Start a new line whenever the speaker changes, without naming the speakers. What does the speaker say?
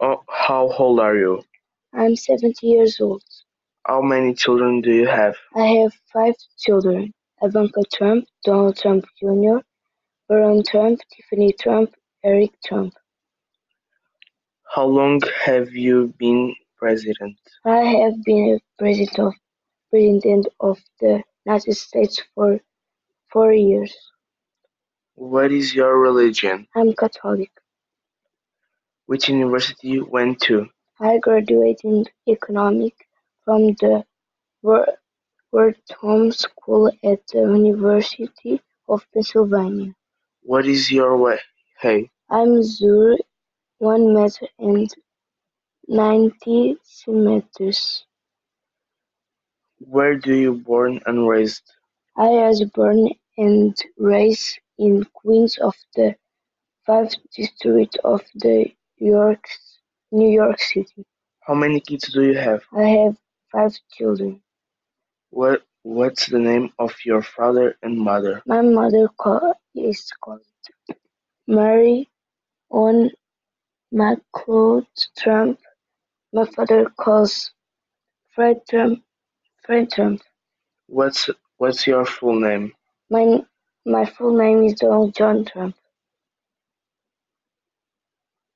Oh, How old are you?
I'm 70 years old.
How many children do you have?
I have five children Ivanka Trump, Donald Trump Jr., Baron Trump, Tiffany Trump, Eric Trump.
How long have you been president?
I have been a president of, president of the United States for four years.
What is your religion?
I'm Catholic.
Which university you went to?
I graduated in economics from the Wor- Wharton School at the University of Pennsylvania.
What is your weight? Hey,
I'm Zur, one meter and 90 centimeters.
where do you born and raised?
I was born and raised in Queens of the 5th District of the York, New York City.
How many kids do you have?
I have five children.
What What's the name of your father and mother?
My mother call, is called Mary on McLeod Trump. My father calls Fred Trump. Fred Trump.
What's What's your full name?
My my full name is Donald John Trump.